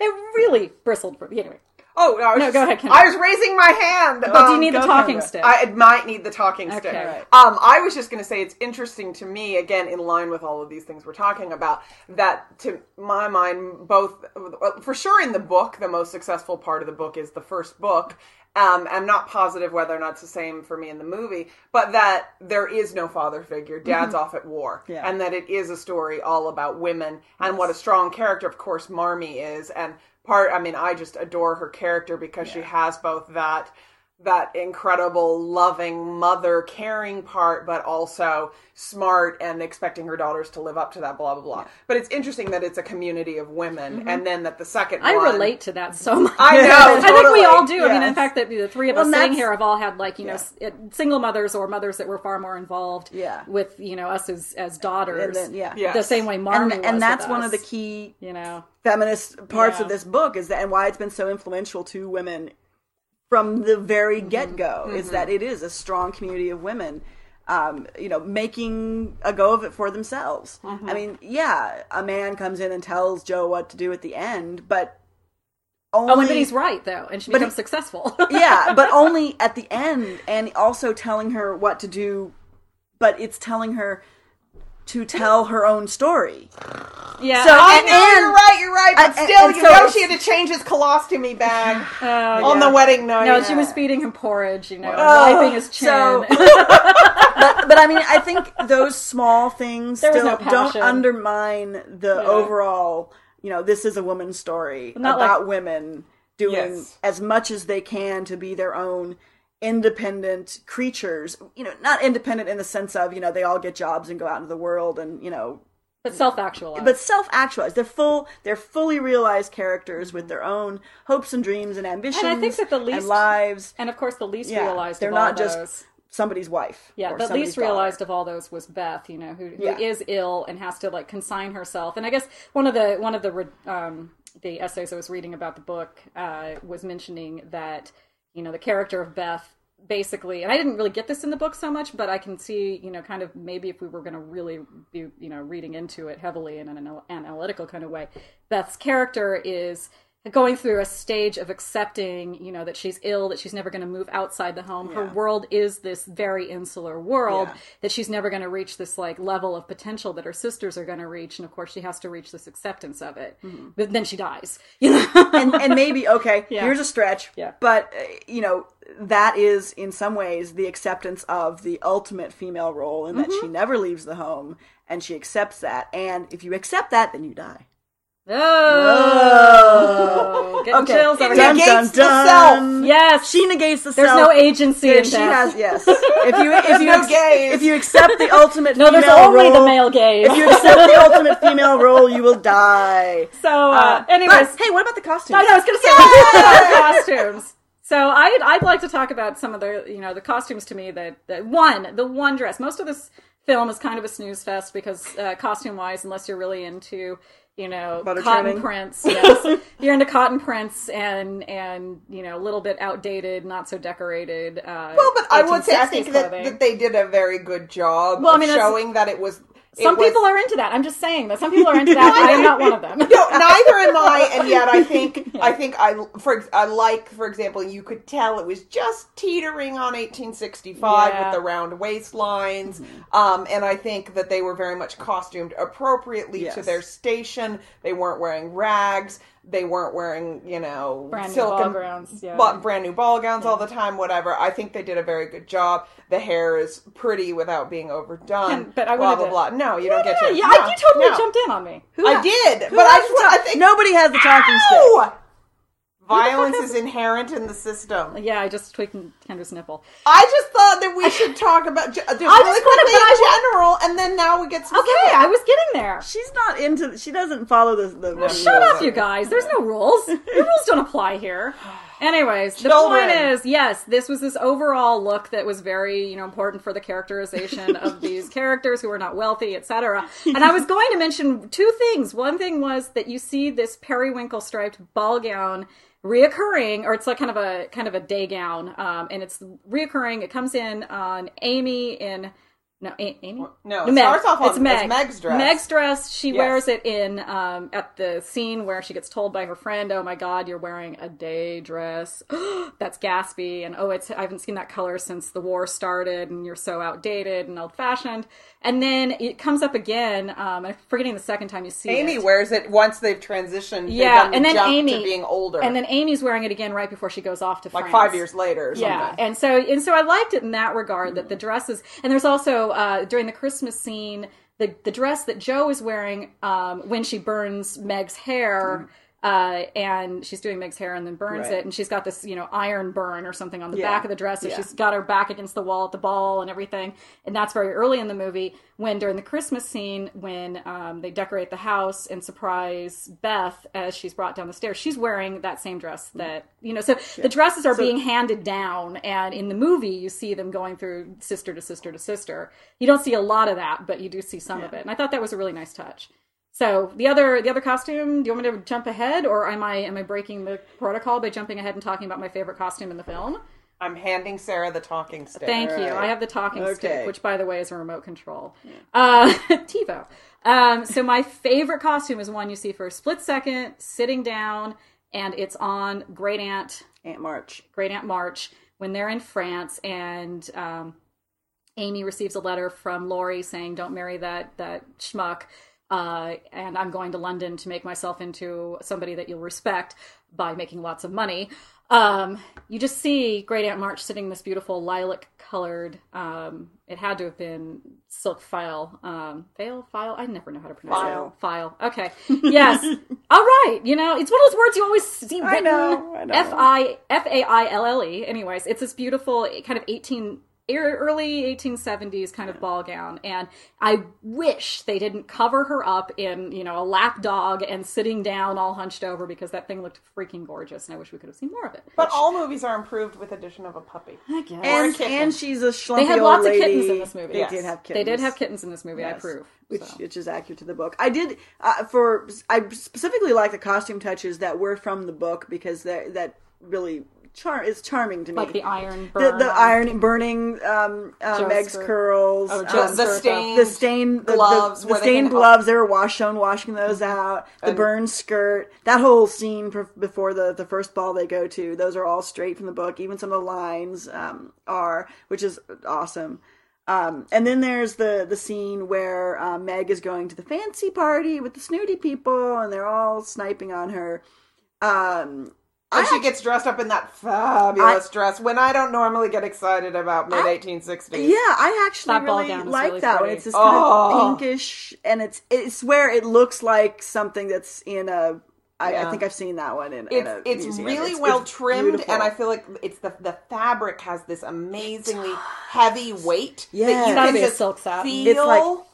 it really bristled for me. Anyway, Oh no! I was No, just- go ahead, Kendra. I was raising my hand. Um, Um, But do you need the go talking Kendra. stick? I it might need the talking stick. Right. Um, I was just going to say it's interesting to me, again, in line with all of these things we're talking about, that to my mind, both for sure in the book, the most successful part of the book is the first book. Um, I'm not positive whether or not it's the same for me in the movie, but that there is no father figure. Dad's off at war, Yeah. and that it is a story all about women and what a strong character, of course, Marmee is. And part, I mean, I just adore her character because she has both that that incredible loving mother caring part but also smart and expecting her daughters to live up to that blah blah blah but it's interesting that it's a community of women and then that the second Mm-hmm. I one relate to that so much. I <laughs> know, I think we totally. all do. I mean, in Yes. fact, that the three of Well, us and sitting that's- here have all had like you know s- it- single mothers or mothers that were far more involved. Yeah. with you know us as as daughters. And then- yeah. Yeah. the same way and Marmy was and that's with one of the us, key you know feminist parts Yeah. of this book is that and why it's been so influential to women from the very Mm-hmm. get-go is that it is a strong community of women um, you know making a go of it for themselves Mm-hmm. i mean yeah a man comes in and tells joe what to do at the end but only Oh, and but he's right though, and she <laughs> becomes successful. <laughs> yeah but only at the end and also telling her what to do but it's telling her to tell her own story yeah. So- I And- know you're and- right, you're right, but and- and- still, and you so know it's- she had to change <laughs> his colostomy bag Uh, on the wedding night. no, she was feeding him porridge, you know, Oh, wiping his chin. <laughs> so- <laughs> but, but I mean, I think those small things There was still no don't passion. undermine the overall. You know, this is a woman's story Not about women doing Yes. as much as they can to be their own independent creatures. You know, not independent in the sense of you know they all get jobs and go out into the world and you know, but self-actualized. but self-actualized. They're full. They're fully realized characters Mm-hmm. with their own hopes and dreams and ambitions that the least- and lives. and of course, the least Yeah, realized they're of all not just those- somebody's wife. Yeah, or the somebody's least daughter. realized of all those was Beth, you know, who, who Yeah. is ill and has to like consign herself. And I guess one of the one of the re- um, the essays I was reading about the book uh, was mentioning that you know the character of Beth basically, and I didn't really get this in the book so much, but I can see you know kind of maybe if we were going to really be you know reading into it heavily in an anal- analytical kind of way, Beth's character is going through a stage of accepting, you know, that she's ill, that she's never going to move outside the home. Her world is this very insular world Yeah. that she's never going to reach this like level of potential that her sisters are going to reach, and of course she has to reach this acceptance of it. Mm-hmm. But then she dies. <laughs> You know. and, and <laughs> maybe okay here's a stretch Yeah. but uh, you know that is in some ways the acceptance of the ultimate female role in Mm-hmm. that she never leaves the home and she accepts that and if you accept that then you die <laughs> oh. Getting Okay. chills over Dun, here. Negates dun, dun. the self. Yes. she negates the There's self no agency There in she death. has <laughs> yes if you if you no ex- gays. if you accept the ultimate No, there's female only role, the male gaze. if you accept the ultimate female role you will die so uh, <laughs> but, anyways, Uh, hey what about the costume Oh, I know. I was going to say we did cover costumes. So I'd I'd like to talk about some of the you know the costumes to me that that one the one dress. Most of this film is kind of a snooze fest because uh, costume wise, unless you're really into you know Butter cotton churning. prints, <laughs> yes, you're into cotton prints and and you know a little bit outdated, not so decorated. Uh, Well, but I would say I 1860s think that, clothing. that they did a very good job Well, I of mean, that's- showing that it was. it some was- people are into that. I'm just saying that some people are <laughs> into that. I am not one of them. No, neither am I, <laughs> and yet I think I think I for ex- I like for example, you could tell it was just teetering on 1865 Yeah. Mm-hmm. with the round waistlines, um, and I think that they were very much costumed appropriately to Yes. their station. They weren't wearing rags. They weren't wearing you know Brand new silk ball and- gowns, yeah. bu- brand new ball gowns all the time. Whatever. I think they did a very good job. The hair is pretty without being overdone. And- <laughs> but I blah blah wanted blah. No, you don't get yeah, to. yeah, No, I, you totally no. jumped in on me. Who I else? did, but I just want. I <laughs> think Nobody has the talking stick. no! Violence is inherent in the system. Yeah, I just tweaked Kendra's nipple. I just thought that we should talk <laughs> about ju- just really wanna- quickly but I in general, and then now we get specific. Okay, I was getting there. She's not into. She doesn't follow the. the the- Shut up, you guys. There's no <laughs> rules. The rules don't apply here. Anyways, the point Children. is, yes, this was this overall look that was very, you know, important for the characterization <laughs> of these characters who are not wealthy, etc. And I was going to mention two things. One thing was that you see this periwinkle striped ball gown reoccurring, or it's like kind of a kind of a day gown, um, and it's reoccurring. It comes in on Amy in. No, A- Amy. No, it starts off on- it's Meg's dress. Meg's dress. She Yes. wears it in um, at the scene where she gets told by her friend, "Oh my God, you're wearing a day dress. <gasps> That's Gatsby." And oh, it's I haven't seen that color since the war started, and you're so outdated and old fashioned. And then it comes up again. Um, I'm forgetting the second time you see Amy it. wears it once they've transitioned. they've yeah, done the and then jump Amy to being older, and then Amy's wearing it again right before she goes off to like France. five years later. Or Yeah, something. and so and so I liked it in that regard that the dresses and there's also uh, during the Christmas scene the the dress that Joe is wearing um, when she burns Meg's hair. Uh, and she's doing Meg's hair and then burns Mm-hmm. Right. it, and she's got this, you know, iron burn or something on the Yeah. back of the dress. So Yeah. she's got her back against the wall at the ball and everything. And that's very early in the movie when during the Christmas scene when um, they decorate the house and surprise Beth as she's brought down the stairs. She's wearing that same dress that you know. So the dresses are being handed down, and in the movie you see them going through sister to sister to sister. You don't see a lot of that, but you do see some of it, and I thought that was a really nice touch. So the other the other costume. Do you want me to jump ahead, or am I am I breaking the protocol by jumping ahead and talking about my favorite costume in the film? I'm handing Sarah the talking stick. Thank you. Alright. I have the talking Okay. stick, which, by the way, is a remote control. Uh, <laughs> TiVo. Um, so my favorite costume is one you see for a split second, sitting down, and it's on Great Aunt Aunt March. Great Aunt March when they're in France, and um, Amy receives a letter from Laurie saying, "Don't marry that that schmuck." Uh, and I'm going to London to make myself into somebody that you'll respect by making lots of money. Um, you just see Great Aunt March sitting in this beautiful lilac colored. Um, it had to have been silk file, um, file, file. I never know how to pronounce File. it. File. Okay. <laughs> Yes. All right. You know, it's one of those words you always see I written. know, I know. F I F A I L L E. Anyways, it's this beautiful kind of eighteen er- early 1870s kind of ball gown and i wish they didn't cover her up in you know a lap dog and sitting down all hunched over because that thing looked freaking gorgeous and i wish we could have seen more of it But all movies are improved with addition of a puppy. i guess And, kitten. and she's a schlumpy They had old lots of lady. kittens in this movie. They Yes. did have kittens. they did have kittens in this movie i Yes. approve Which, so. which is accurate to the book. I did uh, for I specifically like the costume touches that were from the book because that that really char is charming to me. like the iron the, burn the on- iron burning um, uh, Joe's Meg's skirt. curls, Oh, um, Joe's the skirt, stain- the stained the, gloves the, the where they Mm-hmm. stained can- gloves. They were wash shown washing those out. The burned skirt, that whole scene pre- before the the first ball they go to. Those are all straight from the book. Even some of the lines um, are, which is awesome. Um, and then there's the the scene where uh, Meg is going to the fancy party with the snooty people, and they're all sniping on her. Um, And she gets dressed up in that fabulous dress when I don't normally get excited about mid 1860s. Yeah, I actually That ball really gown is like really that one. pretty. It's this kind Oh. of pinkish, and it's it's where it looks like something that's in a. I, I Yeah. think I've seen that one in. in a It's it's museum. really It's- well it's trimmed, beautiful. and I feel like it's the the fabric has this amazingly heavy weight. Yes. that It's you gotta can be a just silk satin. feel. It's like-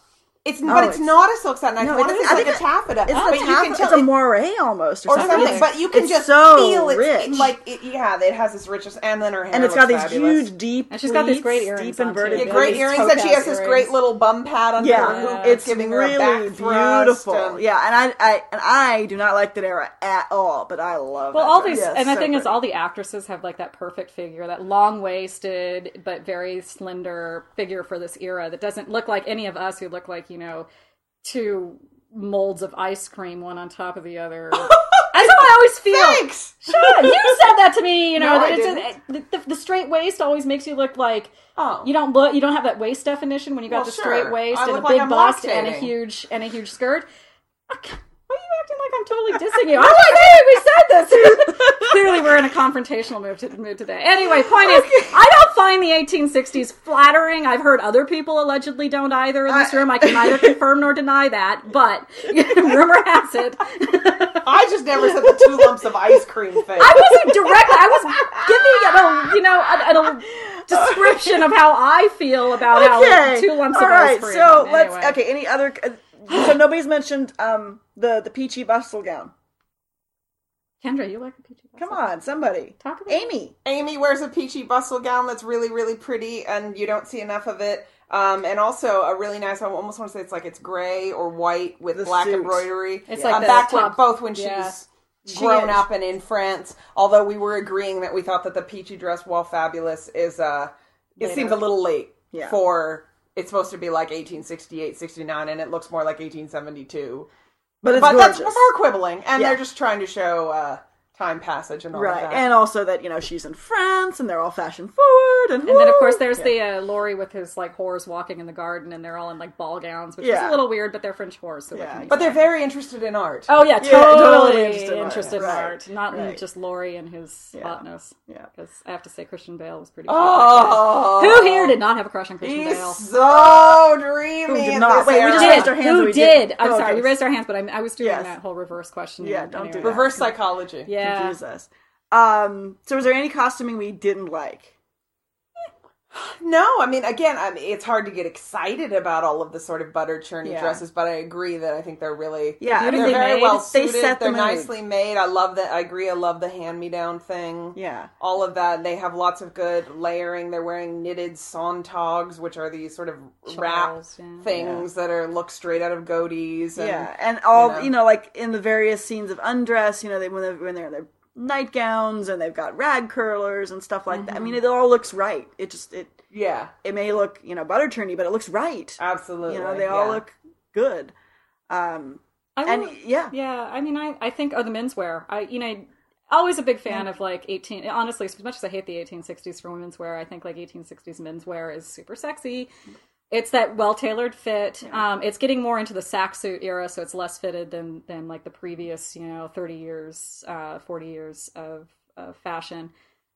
It's but it's, it's- not a silk satin. I No, it want to say is. it's I like a think taffeta. It's, but a, you tap- can it's tell a moreale almost or, or something. something. It's- But you can it's just so feel it's rich. like it, yeah, it has this richness, and then her hair and it's looks got these fabulous. huge, deep, And she's got these great pleats, earrings deep on, inverted, too. Yeah, Yeah, great these earrings, and she has topaz this great earrings. little bum pad under her hoop. Yeah, that's it's giving her a really back thrust beautiful. and- yeah, and I, I and I do not like that era at all, but I love. Well, that all dress. these, Yes, and the so thing is, pretty. all the actresses have like that perfect figure, that long waisted but very slender figure for this era that doesn't look like any of us who look like, you know, two molds of ice cream, one on top of the <laughs> other. That's how I always feel. Thanks. Sure, you said that to me. You know, <laughs> No, that I it's a- the, the straight waist always makes you look like Oh. you don't look, you don't have that waist definition when you got Well, the sure. straight waist I and a look like big I'm bust and a lactating. huge and a huge skirt. I ca- Why are you acting like I'm <laughs> totally dissing you? I'm like, hey, we said this. <laughs> Clearly, we're in a confrontational mood, to, mood today. Anyway, point is, I don't find the 1860s flattering. I've heard other people allegedly don't either in this I- room. I can <laughs> neither confirm nor deny that, but <laughs> rumor has it. I just never said the two lumps of <laughs> ice cream thing. I wasn't directly. I was giving a, you know an, an- a description of how I feel about how okay. two lumps All of right, ice cream. so Anyway. let's okay. Any other? Uh, so nobody's mentioned um the the peachy bustle gown. Kendra, you like the peachy? Come on, somebody Talk about it. Amy. Amy wears a peachy bustle gown that's really, really pretty, and you don't see enough of it. Um, and also a really nice. I almost want to say it's like it's gray or white with The black suit. embroidery. It's like Um, the back top- when, both when yeah. she's She grown is. up and in France. Although we were agreeing that we thought that the peachy dress, while fabulous, is uh, it Later. seems a little late Yeah. for. It's supposed to be like 1868, 69, and it looks more like 1872. But it's but gorgeous. that's before quibbling, and Yeah. they're just trying to show uh, time passage and all of right, that. and also that you know she's in France and they're all fashion forward, and, And then of woo! course there's the uh, Laurie with his like whores walking in the garden, and they're all in like ball gowns, which is Yeah. a little weird, but they're French whores, so Yeah. yeah. But they're very interested in art. Oh yeah, Yeah, totally totally interested in art. interested in Right. art, not in Right. just Laurie and his hotness. Yeah. because I have to say Christian Bale was pretty. cute back Oh, then. Who here did not have a crush on Christian He's Bale? so dreamy. Who did in not? this Wait, we era. just did. raised our hands Who or we did? didn't? I'm Oh, sorry, okay. we raised our hands, but I'm, I was doing Yes. that whole reverse question. Yeah, don't do that. reverse psychology. Yeah. confuse us. Um, so was there any costuming we didn't like? No, I mean, again, I mean, it's hard to get excited about all of the sort of butter churning Yeah. dresses, but I agree that I think they're really Yeah, I they're mean, they very made- well they suited. set the they're mood. nicely made. I love that. I agree. I love the hand me down thing. Yeah. all of that. They have lots of good layering. They're wearing knitted sontogs, which are these sort of wrap Shawls, yeah. things that are look straight out of Godey's. And, yeah, and all you you know. know. like in the various scenes of undress, you know, they when they're, when they're in their nightgowns and they've got rag curlers and stuff like that. I mean, Mm-hmm. it all looks right. It just it yeah, it may look you know butter churny, but it looks right. absolutely. you know, they all yeah. Oh, look good. Um, I and will- yeah, yeah. I mean, I, I think oh the menswear. I you know always a big fan of like eighteen. Honestly, as much as I hate the eighteen sixties for women's wear, I think like eighteen sixties menswear is super sexy. It's that well tailored fit. Um, it's getting more into the sack suit era, so it's less fitted than than like the previous you know thirty years, uh, forty years of, of fashion.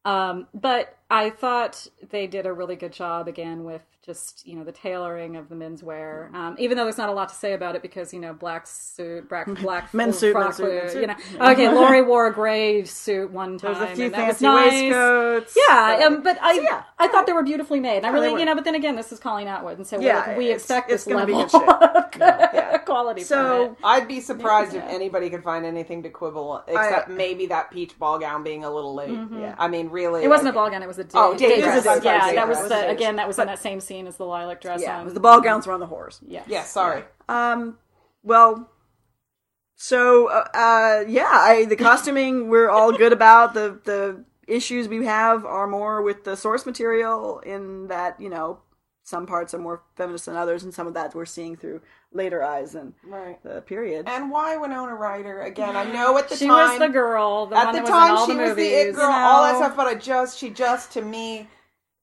Um, but I thought they did a really good job again with just you know the tailoring of the menswear. Um, even though there's not a lot to say about it because you know black <laughs> suit, black black Men's suit, frock men's suit, men's suit, suit. you know. <laughs> Okay, Lori wore a gray suit one time. there's a few and that was fancy nice. waistcoats. Yeah, but- um, but I yeah. I thought they were beautifully made. And I Yeah, they really, you were. know, but then again, this is Colleen Atwood, and so we're Yeah, like, we it's- expect it's this gonna be level good shit. <laughs> of Yeah. <laughs> quality. So- from it. I'd be surprised if Yeah. anybody could find anything to quibble, except maybe that peach ball gown being a little late. Yeah. I mean, really, Mm-hmm. It wasn't a I- ball gown; it was a day, Oh, day day dress. dress. I'm sorry, Yeah, day that dress. was the, Day again. That was in that same scene as the lilac dress. yeah, on, the ball gowns were on the horse. Yes. Yeah, sorry. Um, well, so uh, uh, yeah, I, the costuming <laughs> we're all good about. The the issues we have are more with the source material in that you know some parts are more feminist than others, and some of that we're seeing through later eyes and Right. the period. And why Winona Ryder again? I know at the She time was the girl. The at one the that time was she in all was the the movies. it girl, all that No. stuff. But I just she just to me,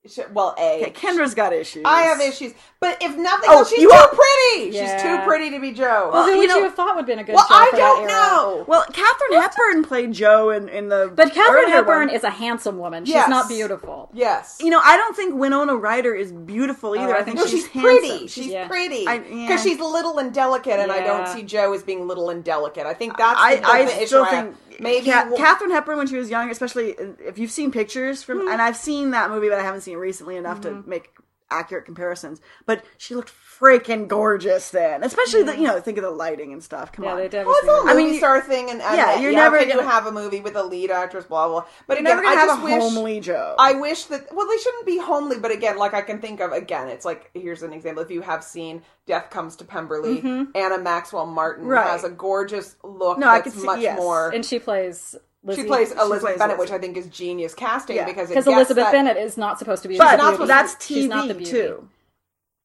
she, well, a Okay, Kendra's got issues. I have issues. But if nothing Oh, else, she's you too are- pretty. She's Yeah. too pretty to be Joe. Well, who you would know- you have thought would have been a good Well, show I for that don't era? know. Well, Catherine Hepburn played Joe in, in the But Catherine earlier Hepburn one. is a handsome woman. She's Yes. not beautiful. Yes, You know, I don't think Winona Ryder is beautiful either. I I think No, think she's, she's, pretty. handsome. She's Yeah. pretty I- because yeah. she's little and delicate, and I don't Yeah. see Joe as being little and delicate. I think that's I, the, I the still issue. think I, maybe Ca- we'll- Catherine Hepburn when she was Mm-hmm. young, especially if you've seen pictures from, and I've seen that movie, but I haven't seen it recently enough to make accurate comparisons, but she looked freaking gorgeous then. Especially the you know think of the lighting and stuff. Come Yeah, on, they definitely. Well, it's all I a mean, movie you- star thing, and, and yeah, yeah, you're yeah, never can you gonna- have a movie with a lead actress, blah blah. blah. But You're again, never gonna I have just a wish homely Joe. I wish that well, they shouldn't be homely, but again, like I can think of again, it's like here's an example. If you have seen Death Comes to Pemberley, Anna Maxwell Martin Mm-hmm. Right. has a gorgeous look No, I that's could see- much yes. more. and she plays. Lizzie. she plays Elizabeth plays Bennett, Elizabeth. which I think is genius casting Yeah. because it because gets Elizabeth that- Bennett is not supposed to be. but the beauty. that's TV She's not the beauty. too.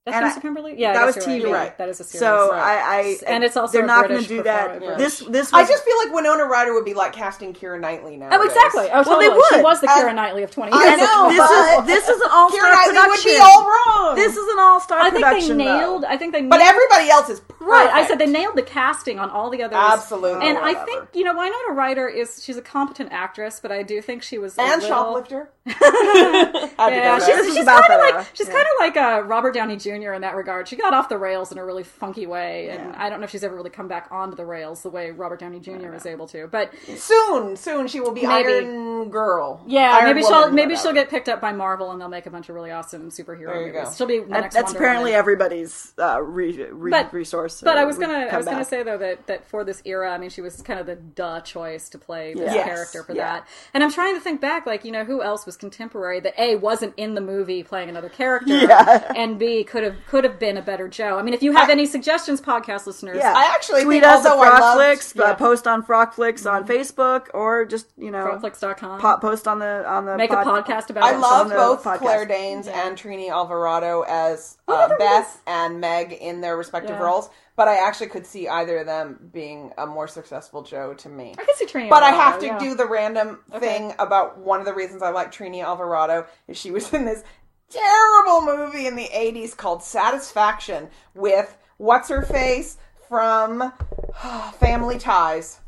That's And Mr. I- Pemberley. Yeah, I that guess was you're right. TV. Yeah, Right. That is a series. So right. I, I And it's also they're a not British gonna do that. perform- This this was, I just feel like Winona Ryder would be like casting Kira Knightley now. oh, exactly. Oh, Well, they totally. She would. was the And- Kira Knightley of 20 I years. know. this but- is this is an all Kira star Knightley would production. be all wrong. This is an all star I think production. they though. nailed. I think they nailed. but everybody else is perfect. Right, I said they nailed the casting on all the others. Absolutely. and I Whatever. think you know Winona Ryder is she's a competent actress, but I do think she was a and little- <laughs> shoplifter. <laughs> Yeah, that. she's, This is she's about kind that of like era. she's Yeah. kind of like uh, Robert Downey Jr. in that regard. She got off the rails in a really funky way, and Yeah. I don't know if she's ever really come back onto the rails the way Robert Downey Jr. was able to. But Soon, soon she will be Maybe. Iron Girl. yeah, Iron maybe Woman, she'll maybe whatever. she'll get picked up by Marvel, and they'll make a bunch of really awesome superhero There you movies. go. She'll be the That- next that's Wonder apparently Woman. everybody's uh, re- re- But- resource. But uh, I was gonna, I was gonna comeback. say though that that for this era, I mean, she was kind of the duh choice to play this Yes. character for Yeah. that. And I'm trying to think back, like you know, who else was contemporary that a wasn't in the movie playing another character, Yeah. and b could have could have been a better Joe. I mean, if you have any suggestions, podcast listeners, Yeah. I actually tweet think, us at although I loved- Frockflix, yeah. uh, post on Frockflix Mm-hmm. on Facebook, or just you know, Netflix.com. po- post on the on the Make a pod- podcast about I it. love the both podcast. Claire Danes and Trini Alvarado as Oh, uh, there it Beth and Meg in their respective Yeah. roles, but I actually could see either of them being a more successful Joe to me. I can see Trini. But I Alvarado, have to yeah. do the random Okay. thing about one of the reasons I like Trini Alvarado is she was in this terrible movie in the 80s called Satisfaction with what's her face from <sighs> Family Ties.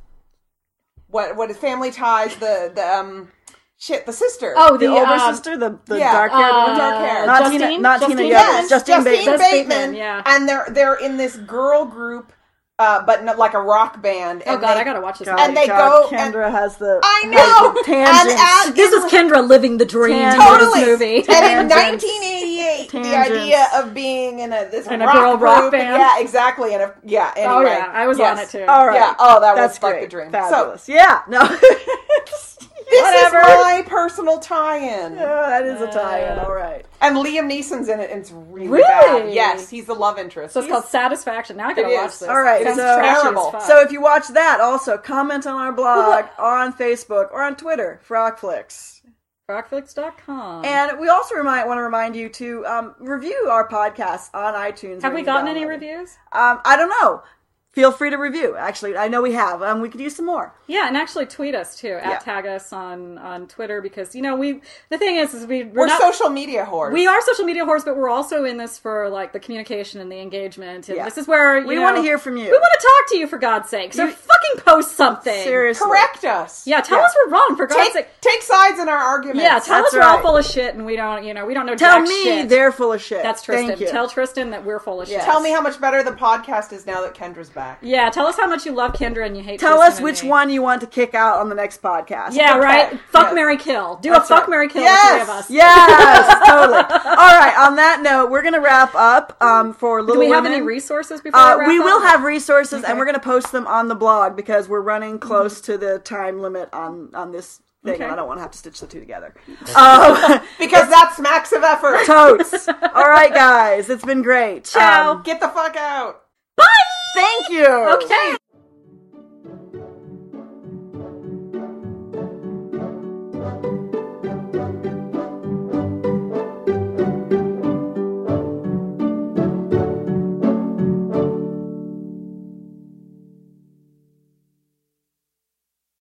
What what is Family Ties the the um shit the sister. Oh, The the, older um, sister, the the yeah, dark haired uh, one, dark hair. not Justine? Tina, not Tina Justine? Yates, Yes, Justine Justine, Bates. Bates. Bateman. Bateman, yeah. And they're they're in this girl group uh but not like a rock band Oh and god, they- I gotta watch this. God, movie. And they God, go and- Kendra has the I has <laughs> the know! tangents. And at- this is Kendra living the dream. in Totally. This movie. And in Tangents. 1988, the Tangents. idea of being in a this In a rock girl group, rock band. yeah, exactly. And a, yeah, anyway, Oh yeah, I was yes. on it too. All right, Yeah, oh, that that's was like great. the dream. Fabulous. yeah, no, <laughs> this So this is my personal <laughs> tie-in, that is a tie-in. Yeah. All right. and Liam Neeson's in it. and It's really, Really? bad. Yes, he's the love interest. So it's called Satisfaction. Now I gotta It watch is. this. All right, Sounds so- trashy as Terrible. fuck. So if you watch that, also comment on our <laughs> blog or on Facebook or on Twitter, Frogflix. Rockflix.com. And we also remind, want to remind you to um, review our podcast on iTunes. have when we you gotten download any it. reviews? Um, I don't know. Feel free to review. Actually, I know we have. Um, we could use some more. Yeah, and actually tweet us too. At Yeah. tag us on on Twitter because you know we the thing is is we we're, We're not, social media whores. we are social media whores, but we're also in this for like the communication and the engagement. And Yeah. this is where you We know, want to hear from you. We want to talk to you for God's sake. So You- fucking post something. seriously. correct us. Yeah, tell Yeah. us we're wrong for God's take sake. take sides in our arguments. Yeah, tell That's us we're all right. full of shit and we don't you know we don't know Tell jack me shit. they're full of shit. That's Tristan. Thank you. Tell Tristan that we're full of shit. tell me how much better the podcast is now that Kendra's back. Yeah, tell us how much you love Kendra and you hate. Tell Tristan us and which me. one you want to kick out on the next podcast. Yeah, Okay. right. Fuck, Yes. Mary, kill. Do That's a fuck, right. Mary, kill. Yes. The three of us. Yes, <laughs> totally. All right. On that note, we're gonna wrap up um, for Little Do we have Women. any resources before Uh, we wrap we up? will have resources, and we're going to post them on the blog because we're running close to the time limit on on this thing, and Mm-hmm. Okay. I don't want to have to stitch the two <laughs> together. Um, <laughs> Because that smacks of effort. totes. All right, guys, it's been great. Ciao. Um, Get the fuck out. thank you. Okay.